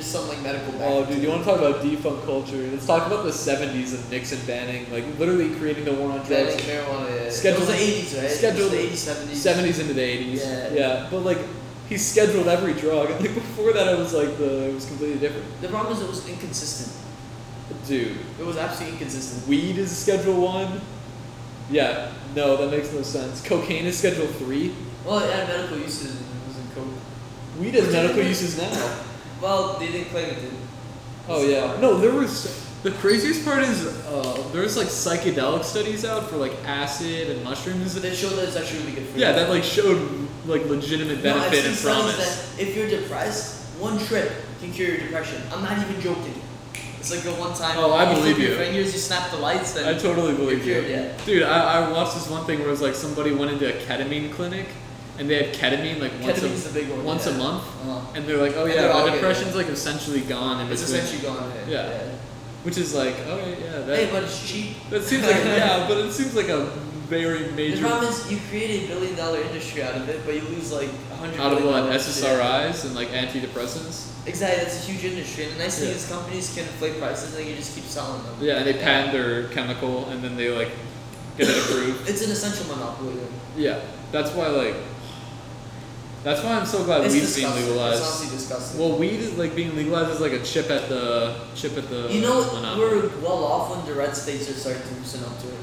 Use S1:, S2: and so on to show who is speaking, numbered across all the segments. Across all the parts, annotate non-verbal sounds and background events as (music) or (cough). S1: some like medical
S2: Oh,
S1: bag.
S2: dude, you want to talk about defunct culture? Let's talk about the 70s and Nixon banning, like literally creating the war on drugs.
S1: Drugs, marijuana. yeah. It
S2: Scheduled-
S1: was the 80s, right?
S2: scheduled-
S1: It was the 80s, 70s.
S2: 70s into the 80s.
S1: Yeah.
S2: Yeah, but like he scheduled every drug. (laughs) Like before that, it was like the it was completely different.
S1: The problem is it was inconsistent.
S2: Dude,
S1: It was absolutely inconsistent.
S2: weed is Schedule One. Yeah, no, that makes no sense. Cocaine is Schedule Three.
S1: Well, it had medical uses and it wasn't coke.
S2: Weed has medical uses now.
S1: Well, they didn't claim it did.
S2: Oh yeah. No, there was. The craziest part is uh, there's like psychedelic studies out for like acid and mushrooms.
S1: But they showed that it's actually really good for
S2: Yeah,
S1: you.
S2: that like showed like legitimate
S1: No, I've
S2: benefit
S1: seen
S2: and
S1: studies
S2: promise.
S1: That if you're depressed, one trip can cure your depression. I'm not even joking. It's like the one time.
S2: Oh, I
S1: you
S2: believe
S1: flip
S2: you.
S1: Your fingers, you snap the lights,
S2: I
S1: and
S2: totally believe you.
S1: cured, yeah.
S2: Dude, I, I watched this one thing where it was like somebody went into a ketamine clinic and they had ketamine like once
S1: ketamine's
S2: a,
S1: the big one.
S2: once
S1: yeah.
S2: a month
S1: Uh-huh.
S2: and they're like, oh
S1: And they're
S2: yeah,
S1: all
S2: my
S1: good,
S2: depression's like essentially gone in
S1: It's
S2: between.
S1: essentially gone. Yeah.
S2: Yeah. Which is like, okay, yeah, that,
S1: Hey, but it's cheap.
S2: that seems
S1: (laughs)
S2: like yeah, but it seems like a very
S1: The
S2: major
S1: problem is you create a billion dollar industry out of it, but you lose like a hundred.
S2: out of
S1: billion
S2: what
S1: dollars.
S2: SSRIs and like antidepressants.
S1: Yeah. Exactly, that's a huge industry. And the nice thing
S2: Yeah.
S1: is companies can inflate prices and they can just keep selling them.
S2: Yeah, and they patent their chemical and then they like get it approved.
S1: It's an essential monopoly. Then.
S2: Yeah, that's why like. That's why I'm so glad
S1: it's
S2: weed's being
S1: disgusting. It's
S2: legalized.
S1: honestly disgusting.
S2: Well, weed is like being legalized is like a chip at the chip at the.
S1: You know,
S2: monopoly.
S1: we're well off when the red states are starting to loosen up to it.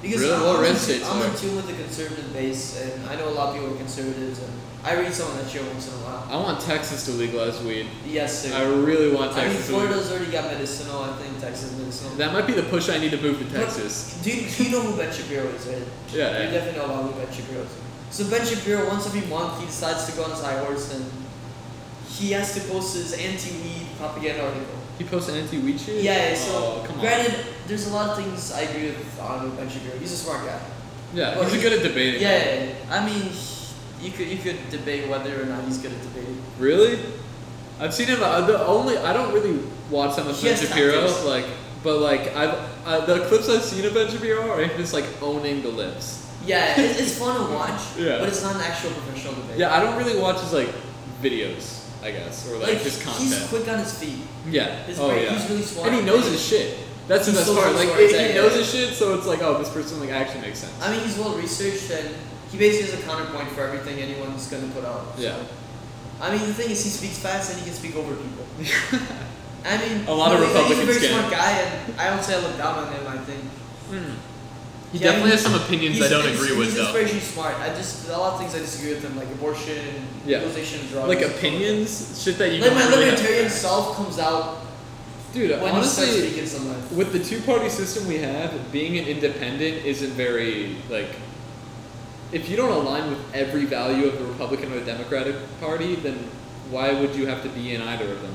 S1: Because
S2: Really?
S1: I'm,
S2: What red
S1: in-
S2: states
S1: I'm
S2: are?
S1: in tune with the conservative base, and I know a lot of people are conservatives, and I read some of that shit once in a while.
S2: I want Texas to legalize weed.
S1: Yes,
S2: I
S1: sir.
S2: really want
S1: I mean,
S2: Texas. to
S1: Florida's already got medicinal. I think Texas is medicinal.
S2: That might be the push I need to move to
S1: But-
S2: Texas.
S1: do, you, do you know who Ben Shapiro is, right? You
S2: Yeah.
S1: definitely know about who Ben Shapiro is. So Ben Shapiro, once every month, he decides to go on his high horse, and he has to post his anti-weed propaganda article.
S2: He posted anti-weed shit.
S1: Yeah, yeah, so
S2: oh, come on.
S1: granted, there's a lot of things I agree with on Ben Shapiro. He's a smart guy.
S2: Yeah,
S1: well,
S2: he's good at debating.
S1: Oh, Yeah, yeah, yeah. I mean, you could you could debate whether or not he's good at debating.
S2: Really? I've seen him. Uh, the only I don't really watch that much
S1: He
S2: Ben
S1: has
S2: Shapiro,
S1: tactics.
S2: like, but like I've uh, the clips I've seen of Ben Shapiro are him just like owning the lips. (laughs)
S1: Yeah, it, it's fun to watch,
S2: Yeah.
S1: but it's not an actual professional debate.
S2: Yeah, I don't really watch his like videos, I guess, or like,
S1: like
S2: his
S1: he's
S2: content.
S1: quick on his feet.
S2: yeah.
S1: His
S2: oh
S1: brain,
S2: yeah.
S1: he's really smart.
S2: and he knows his shit. That's the
S1: He's
S2: best
S1: so
S2: part.
S1: smart,
S2: Like
S1: smart,
S2: he- he
S1: exactly,
S2: knows
S1: yeah.
S2: his shit, so it's like, oh, this person like actually makes sense.
S1: I mean, he's well researched, and he basically has a counterpoint for everything anyone's gonna put out. so.
S2: Yeah.
S1: I mean, the thing is, he speaks fast and he can speak over
S2: (laughs)
S1: people. I mean,
S2: A lot of
S1: no, he's- He's
S2: Republicans
S1: a very
S2: can.
S1: smart guy, and I don't say I look down on him. I think
S2: Hmm. He
S1: Yeah, I
S2: definitely
S1: mean,
S2: has some opinions I
S1: He's-
S2: don't
S1: he's-
S2: agree with
S1: he's
S2: though.
S1: inspirationally smart. I just a lot of things I disagree with him, like abortion,
S2: Yeah.
S1: legalization of drugs,
S2: Like opinions, shit that you
S1: Like
S2: don't
S1: my
S2: really have-
S1: libertarian self comes out
S2: Dude,
S1: when
S2: honestly,
S1: he starts speaking sometimes.
S2: With the two party system we have, being an independent isn't very like. If you don't align with every value of the Republican or the Democratic Party, then why would you have to be in either of them?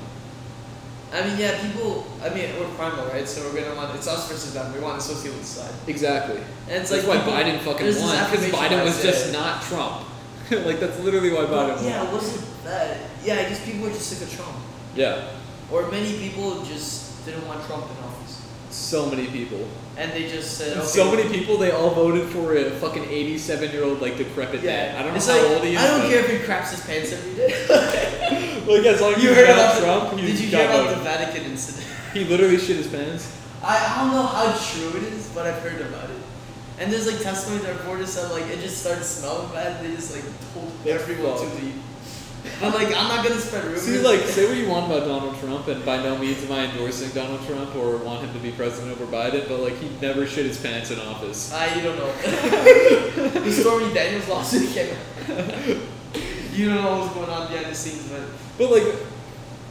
S1: I mean, yeah, people. I mean, we're primal, right? So we're gonna want it's us versus them. We want a socialist side,
S2: Exactly.
S1: and it's
S2: That's
S1: like
S2: why
S1: people-
S2: Biden fucking
S1: there's this
S2: won because
S1: affirmation
S2: Biden was
S1: bias,
S2: just
S1: yeah.
S2: not Trump. (laughs) like that's literally why Biden
S1: Yeah,
S2: won.
S1: it wasn't that. Yeah, I guess people were just sick of Trump,
S2: Yeah.
S1: or many people just didn't want Trump in office,
S2: So many people.
S1: and they just said, okay,
S2: So many people. They all voted for a fucking eighty-seven-year-old like decrepit
S1: Yeah,
S2: man. I don't know
S1: it's
S2: how
S1: like,
S2: old he is.
S1: I don't
S2: but-
S1: care if he craps his pants every day.
S2: (laughs) Like as long as
S1: You
S2: he's
S1: heard
S2: not
S1: about the-
S2: Trump, he
S1: Did you
S2: got
S1: hear about
S2: voted.
S1: the Vatican incident?
S2: He literally shit his pants.
S1: I, I don't know how true it is, but I've heard about it. And there's like testimony that reporters said like it just started smelling bad. They just like told
S2: That's
S1: everyone
S2: fucked.
S1: to leave. But like I'm not gonna spread rumors.
S2: See, like, say what you want about Donald Trump, and by no means am I endorsing Donald Trump or want him to be president over Biden, but like, he never shit his pants in office.
S1: I Ah, you don't
S2: (laughs)
S1: know. the Stormy Daniels lawsuit came out. you don't know what's going on behind the scenes, but
S2: But like,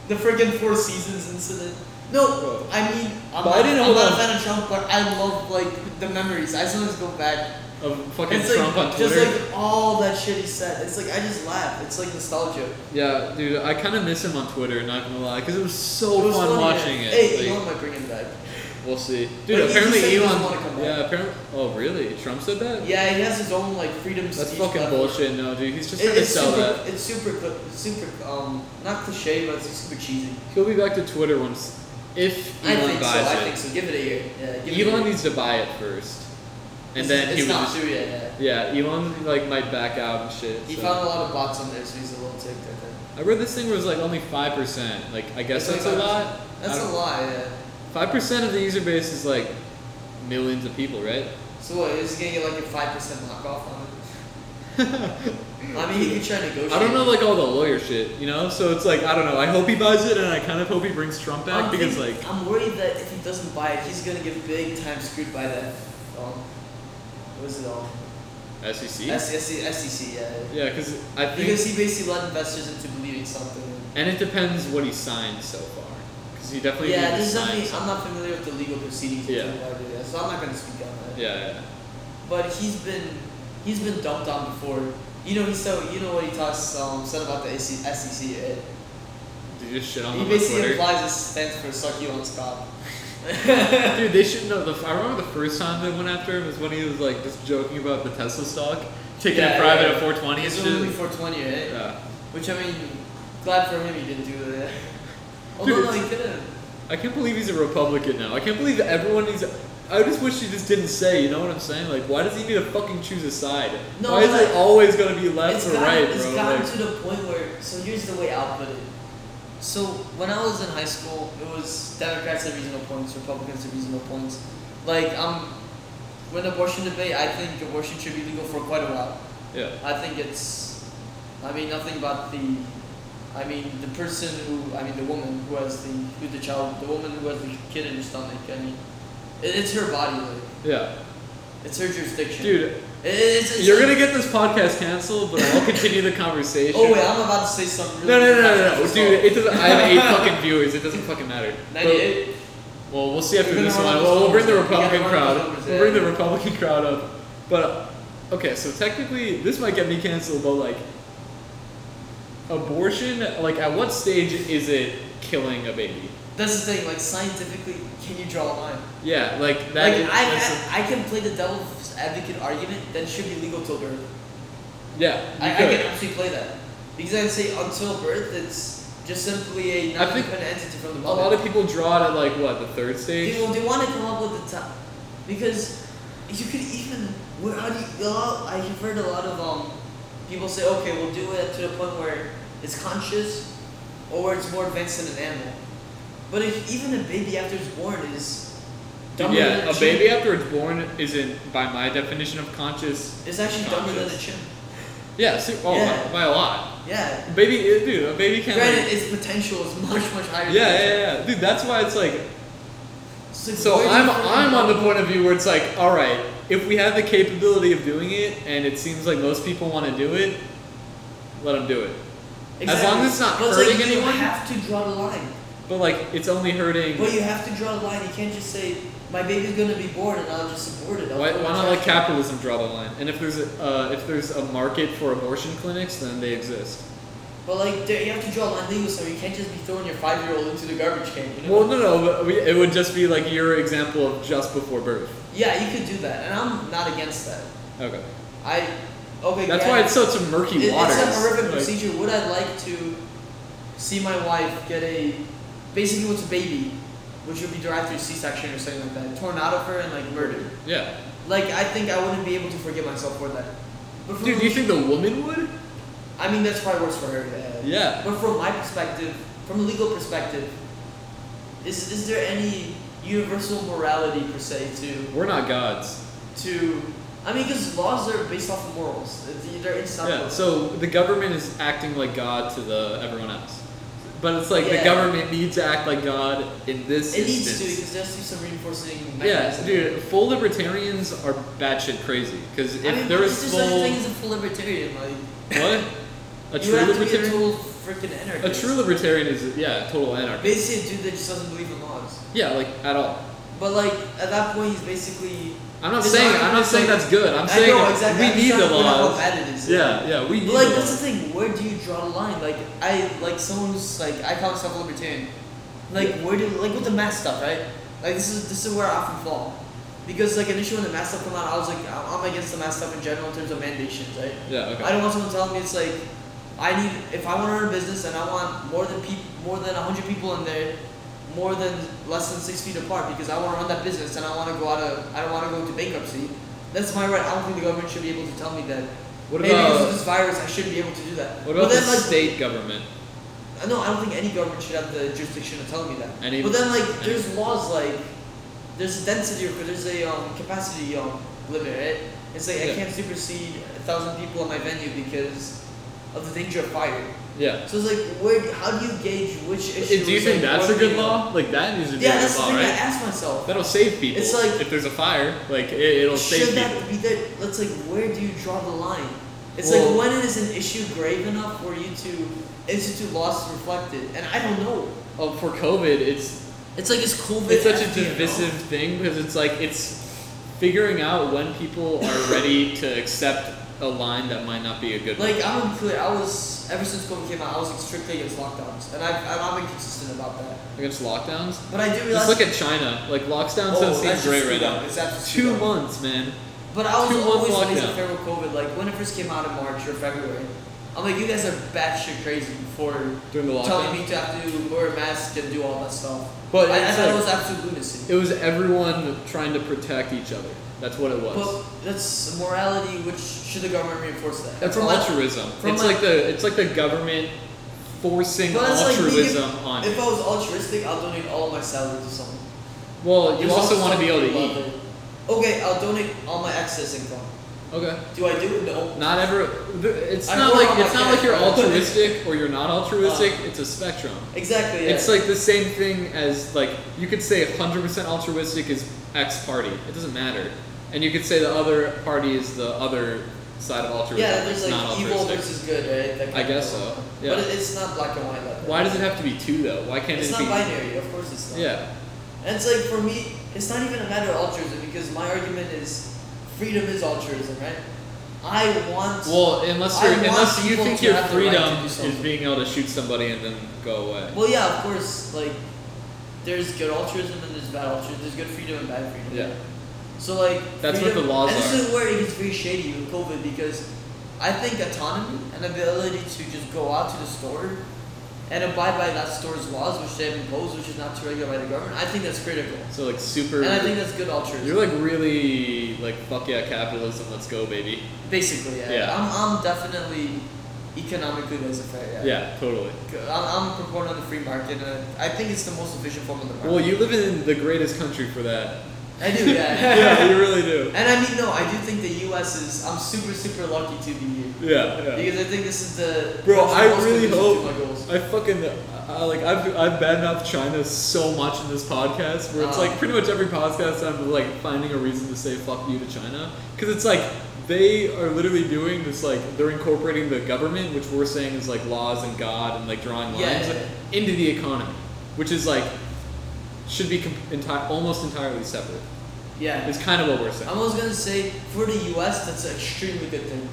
S1: the freaking Four Seasons incident. No, I mean I'm
S2: But I
S1: not,
S2: didn't
S1: I'm
S2: hold
S1: not a
S2: on.
S1: fan of Trump, but I love like the memories. I sometimes go back
S2: of fucking
S1: it's
S2: Trump
S1: like,
S2: on
S1: just
S2: Twitter.
S1: like all that shit he said. It's like I just laugh. It's like nostalgia.
S2: yeah, dude, I kind of miss him on Twitter, not gonna lie, because it was so
S1: It was
S2: fun
S1: funny.
S2: watching it.
S1: Hey,
S2: like,
S1: Elon might bring him back.
S2: We'll see.
S1: But
S2: Dude,
S1: he- he
S2: apparently
S1: said he doesn't
S2: Elon.
S1: wanna come back.
S2: yeah, apparently. Oh, really? Trump said that?
S1: Yeah, he has his own like freedom
S2: That's
S1: speech.
S2: fucking
S1: platform.
S2: bullshit, no, dude. He's just
S1: It-
S2: trying to
S1: it's
S2: sell
S1: super,
S2: that.
S1: it's super, cl- it's super, um, not cliche, but it's super cheesy.
S2: He'll be back to Twitter once. If
S1: I
S2: Elon
S1: think so.
S2: buys
S1: I
S2: it.
S1: think so. Give it a year. Yeah, give
S2: Elon
S1: it a year.
S2: needs to buy it first. And
S1: It's-
S2: then
S1: it's
S2: he was
S1: not
S2: just-
S1: true yet. Yeah.
S2: yeah, Elon like might back out and shit.
S1: He
S2: so.
S1: found a lot of bots on there, so he's a little ticked at that.
S2: I read this thing where it was like only five percent. Like I guess
S1: It's
S2: that's
S1: like
S2: a lot.
S1: That's a lot, yeah.
S2: Five percent of the user base is like millions of people, right?
S1: So what? Is he gonna get like a five percent knockoff on
S2: (laughs)
S1: it? I mean, he could try to negotiate.
S2: I don't know like all the lawyer shit, you know. So it's like I don't know. I hope he buys it, and I kind of hope he brings Trump back
S1: I'm
S2: because
S1: think-
S2: like
S1: I'm worried that if he doesn't buy it, he's gonna get big time screwed by that. Um, what is it all?
S2: SEC.
S1: S- S- SEC, yeah.
S2: yeah, because E? I think
S1: Because he basically led investors into believing something.
S2: and it depends what he signs so far. Because he definitely
S1: yeah, this is
S2: needs to sign
S1: something
S2: something.
S1: I'm not familiar with the legal proceedings.
S2: Yeah.
S1: between whatever it is, So I'm not gonna speak on that.
S2: Yeah, yeah.
S1: But he's been he's been dumped on before. You know he's so you know what he talks um, said about the SEC. E Right?
S2: Dude, just shit on
S1: He
S2: him on
S1: basically
S2: Twitter.
S1: implies it stands for suck you on stop.
S2: Dude, they should know. The, I remember the first time they went after him was when he was like just joking about the Tesla stock, taking
S1: Yeah,
S2: it private
S1: yeah,
S2: at 420 and
S1: It's only
S2: shit.
S1: 420, right?
S2: Yeah.
S1: Which I mean, glad for him he didn't do that. (laughs) Oh
S2: Dude,
S1: no, no,
S2: it's-
S1: he couldn't.
S2: I can't believe he's a Republican now. I can't believe that everyone is. I just wish he just didn't say. You know what I'm saying? Like, why does he need to fucking choose a side?
S1: No,
S2: why is
S1: like-
S2: it always gonna be left
S1: It's
S2: or
S1: gotten,
S2: right,
S1: it's
S2: bro?
S1: gotten
S2: Like,
S1: to the point where. So here's the way I'll put it. So when I was in high school, it was Democrats had reasonable points, Republicans had reasonable points. Like um, when abortion debate, I think abortion should be legal for quite a while.
S2: yeah.
S1: I think it's. I mean nothing about the. I mean the person who. I mean the woman who has the who the child, the woman who has the kid in her stomach. I mean, it, it's her body. Like,
S2: Yeah,
S1: it's her jurisdiction.
S2: dude,
S1: It- it's, it's
S2: you're gonna get this podcast canceled, but I'll continue the conversation.
S1: Oh wait, I'm about to say something.
S2: no,
S1: Really
S2: no, no, no, no,
S1: (laughs) controversial.
S2: dude, it doesn't. I have eight fucking viewers. It doesn't fucking matter. But-
S1: 98.
S2: Well, we'll see after
S1: We're
S2: this
S1: gonna
S2: one.
S1: run
S2: Well, we'll bring the
S1: those numbers.
S2: Republican
S1: We gotta run
S2: crowd.
S1: those numbers,
S2: We'll bring the
S1: yeah.
S2: Republican crowd up. But okay, so technically, this might get me canceled. But like, abortion. Like, at what stage is it killing a baby?
S1: That's the thing. Like scientifically, can you draw a line?
S2: Yeah, like that.
S1: like I,
S2: that's a-
S1: I, I can play the devil's advocate argument that it should be legal till birth.
S2: yeah, you
S1: I, I
S2: could.
S1: can actually play that because I say until birth, it's just simply a
S2: I think
S1: non-independent entity from the
S2: a lot
S1: mother.
S2: of people draw it at like what the third stage.
S1: People they want to come up with the time because you could even where how do you, a lot, I've heard a lot of um people say okay we'll do it to the point where it's conscious or where it's more advanced than an animal, but if, even a baby after it's born is dumber than
S2: yeah, a
S1: chimp.
S2: baby after it's born isn't, by my definition of conscious.
S1: It's actually dumber than a chimp.
S2: Yeah, su- oh,
S1: Yeah.
S2: By, by a lot.
S1: Yeah.
S2: Baby, eh, dude, a baby can't. like-
S1: Granted, its potential is (laughs) much much higher.
S2: yeah,
S1: than
S2: yeah, yeah, dude. That's why it's like
S1: So,
S2: So
S1: where do you
S2: I'm
S1: find
S2: I'm on
S1: out?
S2: the point of view where it's like, all right, if we have the capability of doing it, and it seems like most people want to do it, let them do it. As long as it's not
S1: But
S2: hurting
S1: like,
S2: anyone.
S1: You have to draw the line.
S2: But like, it's only hurting.
S1: But you have to draw the line. You can't just say my baby's gonna be born and I'll just support it. I'll
S2: Why,
S1: put
S2: why
S1: it
S2: not
S1: in
S2: let
S1: charge."
S2: capitalism draw the line? And if there's a uh, if there's a market for abortion clinics, then they exist.
S1: But like there, you have to draw a line legal, so you can't just be throwing your five year old into the garbage can. You know?
S2: Well, no, no, but we, it would just be like your example of just before birth.
S1: yeah, you could do that, and I'm not against that.
S2: Okay,
S1: I okay.
S2: that's
S1: yeah,
S2: why it's such a murky
S1: it-
S2: waters.
S1: It's a horrific
S2: Like,
S1: procedure. Would I like to see my wife get a basically what's a baby, which would be derived through C section or something like that, torn out of her and like murdered?
S2: yeah,
S1: Like I think I wouldn't be able to forgive myself for that. But from
S2: dude, do you think the woman would?
S1: I mean that's probably worse for her. Yeah.
S2: Yeah,
S1: But from my perspective, from a legal perspective, is is there any universal morality per se to
S2: we're not gods.
S1: to? I mean, because laws are based off of morals. It's- They're
S2: Yeah,
S1: inseparable.
S2: so the government is acting like God to the everyone else. But it's like the
S1: Yeah.
S2: government needs to act like God in this
S1: it needs to
S2: instance.
S1: because there's some reinforcing.
S2: Yeah,
S1: mechanism.
S2: dude, full libertarians are batshit crazy. Because if
S1: I mean,
S2: there
S1: there's
S2: is
S1: just
S2: full
S1: such a thing as a full libertarian. Like
S2: (laughs) what a
S1: you
S2: true
S1: have to be a
S2: libertarian,
S1: total freaking
S2: a,
S1: anarchist.
S2: true libertarian is yeah, total anarchist.
S1: basically a dude that just doesn't believe in laws.
S2: Yeah, like at all.
S1: But like at that point, he's basically.
S2: I'm not
S1: It's
S2: saying
S1: not-
S2: I'm not
S1: it's
S2: saying
S1: like-
S2: that's good. I'm
S1: I
S2: saying
S1: know, exactly. I'm
S2: we
S1: just
S2: need
S1: trying
S2: the
S1: to point out
S2: laws.
S1: How bad it is.
S2: Yeah, yeah, we need
S1: But like
S2: the
S1: that's
S2: laws.
S1: the thing. Where do you draw the line? Like I like someone who's like I call myself a libertarian. Like where do like with the mask stuff, right? Like this is this is where I often fall, because like initially when the mask stuff came out, I was like I'm I'm against the mask stuff in general in terms of mandations, right?
S2: Yeah, okay.
S1: I don't want someone telling me it's like I need if I want to run a business and I want more than peop, more than hundred people in there, more than less than six feet apart because I want to run that business and I want to go out of I don't want to go into bankruptcy. That's my right. I don't think the government should be able to tell me that.
S2: What
S1: Maybe because of
S2: about
S1: this virus, I shouldn't be able to do that.
S2: what
S1: but
S2: about the
S1: then, like,
S2: state government?
S1: Uh, no, I don't think any government should have the jurisdiction to tell me that.
S2: Any-
S1: but then, like,
S2: any-
S1: there's laws like there's a density or there's a um, capacity um, limit, right? It's like
S2: Yeah.
S1: I can't supersede a thousand people at my venue because of the danger of fire.
S2: Yeah. Uh,
S1: So it's like, where? How do you gauge which
S2: Do
S1: issue?
S2: you
S1: is,
S2: think
S1: like,
S2: that's
S1: what
S2: a good
S1: we-
S2: law? Like that needs to be
S1: Yeah,
S2: a
S1: that's
S2: good
S1: the
S2: law,
S1: thing I
S2: right?
S1: ask myself.
S2: That'll save people.
S1: It's like-
S2: if there's a fire, like it, it'll save
S1: Should
S2: people.
S1: that be there? Let's like, where do you draw the line? It's
S2: Well-
S1: like when is an issue grave enough for you to institute laws to reflect it? And I don't know.
S2: Oh, for COVID, it's
S1: It's like it's COVID.
S2: it's such a
S1: FDNO.
S2: divisive thing because it's like it's figuring out when people
S1: (laughs)
S2: are ready to accept a line that might not be a good
S1: Like
S2: one.
S1: I'm gonna be clear. I was ever since COVID came out, I was like, strictly against lockdowns, and I, I'm, I'm inconsistent about that.
S2: against lockdowns.
S1: But I do realize.
S2: Just look at China. Like lockdowns
S1: oh,
S2: don't
S1: that's
S2: seem
S1: just
S2: great right
S1: screwed
S2: now.
S1: up. It's absolutely screwed
S2: Two
S1: up.
S2: months, man.
S1: But I was
S2: two month
S1: always always in
S2: lockdown.
S1: favor of COVID. Like when it first came out in March or February, I'm like, you guys are batshit crazy for
S2: During the lockdown.
S1: telling me to have to wear a mask and do all that stuff.
S2: But
S1: I, I
S2: it's
S1: thought
S2: like-
S1: it was absolute lunacy.
S2: It was everyone trying to protect each other. That's what it was.
S1: But that's morality, which should the government reinforce that?
S2: That's
S1: From my-
S2: altruism.
S1: from
S2: it's
S1: my-
S2: like the it's like the government forcing
S1: But it's like we
S2: altruism on.
S1: If
S2: you.
S1: I was altruistic, I'll donate all my salary to someone.
S2: Well, you
S1: There's
S2: also want to be able
S1: people out
S2: to eat.
S1: there. Okay, I'll donate all my excess income.
S2: Okay.
S1: Do I do it? No.
S2: Not ever. th- It's
S1: I
S2: not
S1: know
S2: like
S1: I'm
S2: it's not like
S1: (laughs)
S2: you're
S1: okay.
S2: altruistic or you're not altruistic. It's a spectrum.
S1: Exactly. Yeah.
S2: It's like the same thing as like you could say 100% altruistic is X party. It doesn't matter. And you could say the other party is the other side of altruism.
S1: yeah,
S2: it's
S1: there's
S2: not
S1: like evil
S2: altruistic.
S1: versus good, right? That
S2: I
S1: kind of
S2: guess
S1: thing.
S2: so. Yeah.
S1: But it- it's not black and white like that.
S2: Why does it have to be two though? Why can't
S1: It's
S2: it
S1: not
S2: be?
S1: binary, of course it's not.
S2: Yeah.
S1: And it's like for me, it's not even a matter of altruism because my argument is freedom is altruism, right? I want
S2: Well, unless
S1: I
S2: you're,
S1: want
S2: unless you
S1: people
S2: think
S1: to
S2: your
S1: have the right to
S2: freedom
S1: do
S2: is
S1: something.
S2: being able to shoot somebody and then go away.
S1: Well, yeah, of course. Like, there's good altruism and there's bad altruism. There's good freedom and bad freedom.
S2: Yeah.
S1: So like.
S2: That's what
S1: freedom-
S2: the laws
S1: and
S2: are.
S1: This is where it gets very shady with COVID because I think autonomy and ability to just go out to the store and abide by that store's laws, which they have imposed, which is not too regular by the government. I think that's critical,
S2: So like super.
S1: and I think that's good altruism.
S2: you're like really like fuck yeah capitalism. Let's go baby.
S1: Basically, yeah.
S2: Yeah.
S1: I'm, I'm definitely economically laissez-faire. Yeah.
S2: Yeah, totally.
S1: I'm, I'm a proponent of the free market, and I think it's the most efficient form of the market.
S2: Well, you live in the greatest country for that.
S1: I do,
S2: (laughs)
S1: yeah.
S2: you really do.
S1: And I mean, no, I do think the U.S. is. I'm super, super lucky to be here
S2: Yeah, yeah.
S1: because I think this is the.
S2: Bro,
S1: the
S2: I
S1: most
S2: really
S1: conducive
S2: hope-
S1: to my goals.
S2: I fucking I, like I've I've badmouthed China so much in this podcast where it's
S1: Uh.
S2: like pretty much every podcast I'm like finding a reason to say fuck you to China because it's like they are literally doing this like they're incorporating the government which we're saying is like laws and God and like drawing lines
S1: Yeah.
S2: into the economy which is like should be com- enti- almost entirely separate.
S1: Yeah. Oh.
S2: It's kind of what we're saying.
S1: I was gonna say for the U.S. that's an extremely good thing.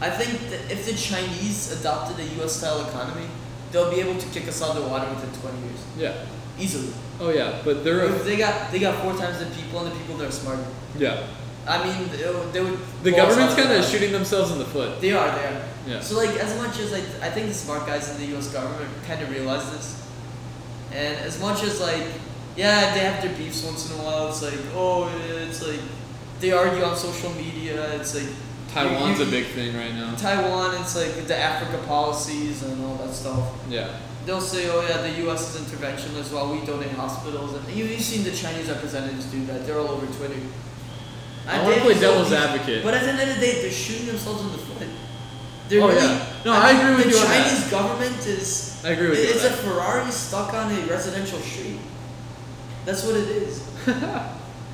S1: I think that if the Chinese adopted a U.S. style economy, they'll be able to kick us out of the water within 20 years
S2: Yeah.
S1: easily.
S2: Oh yeah, but they're a-
S1: Because They got they got four times the people, and the people that are smarter.
S2: yeah.
S1: I mean, they would. They would
S2: The
S1: blow us
S2: government's
S1: out of
S2: kind of
S1: the water.
S2: shooting themselves in the foot.
S1: They are. They are.
S2: Yeah.
S1: So like as much as like I think the smart guys in the U.S. government kind of realize this, and as much as like yeah they have their beefs once in a while, it's like oh yeah, it's like they argue on social media. It's like
S2: Taiwan's
S1: you-
S2: a
S1: you-
S2: big thing right now.
S1: Taiwan. It's like the Africa policies and all that stuff.
S2: Yeah.
S1: They'll say oh yeah the U.S. is interventionist while we donate hospitals and you you've seen the Chinese representatives do that. They're all over Twitter.
S2: I
S1: And
S2: want
S1: they
S2: to play
S1: have
S2: devil's
S1: these-
S2: advocate.
S1: but at the end of the day, they're shooting themselves in the foot. They're
S2: Oh,
S1: really,
S2: yeah. No, I
S1: mean,
S2: agree with
S1: the
S2: you on that.
S1: Chinese government is
S2: I agree with you.
S1: it's
S2: on
S1: a Ferrari stuck on a residential street. That's what it
S2: (laughs)
S1: is.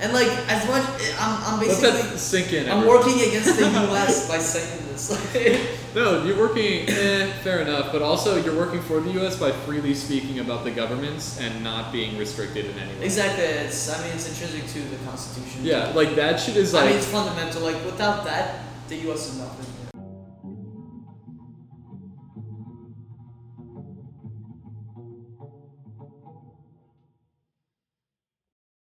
S1: and like as much, I'm, I'm
S2: that. Let
S1: basically
S2: (laughs) that sink in.
S1: I'm
S2: everyone.
S1: working against the
S2: (laughs)
S1: U.S. by saying this. (laughs) Like,
S2: No, you're working. Eh, fair enough. But also, you're working for the U.S. by freely speaking about the governments and not being restricted in any way.
S1: exactly. It's I mean it's intrinsic to the Constitution.
S2: Yeah, like that shit is
S1: I
S2: like
S1: mean it's fundamental. Like without that, the U.S. is nothing.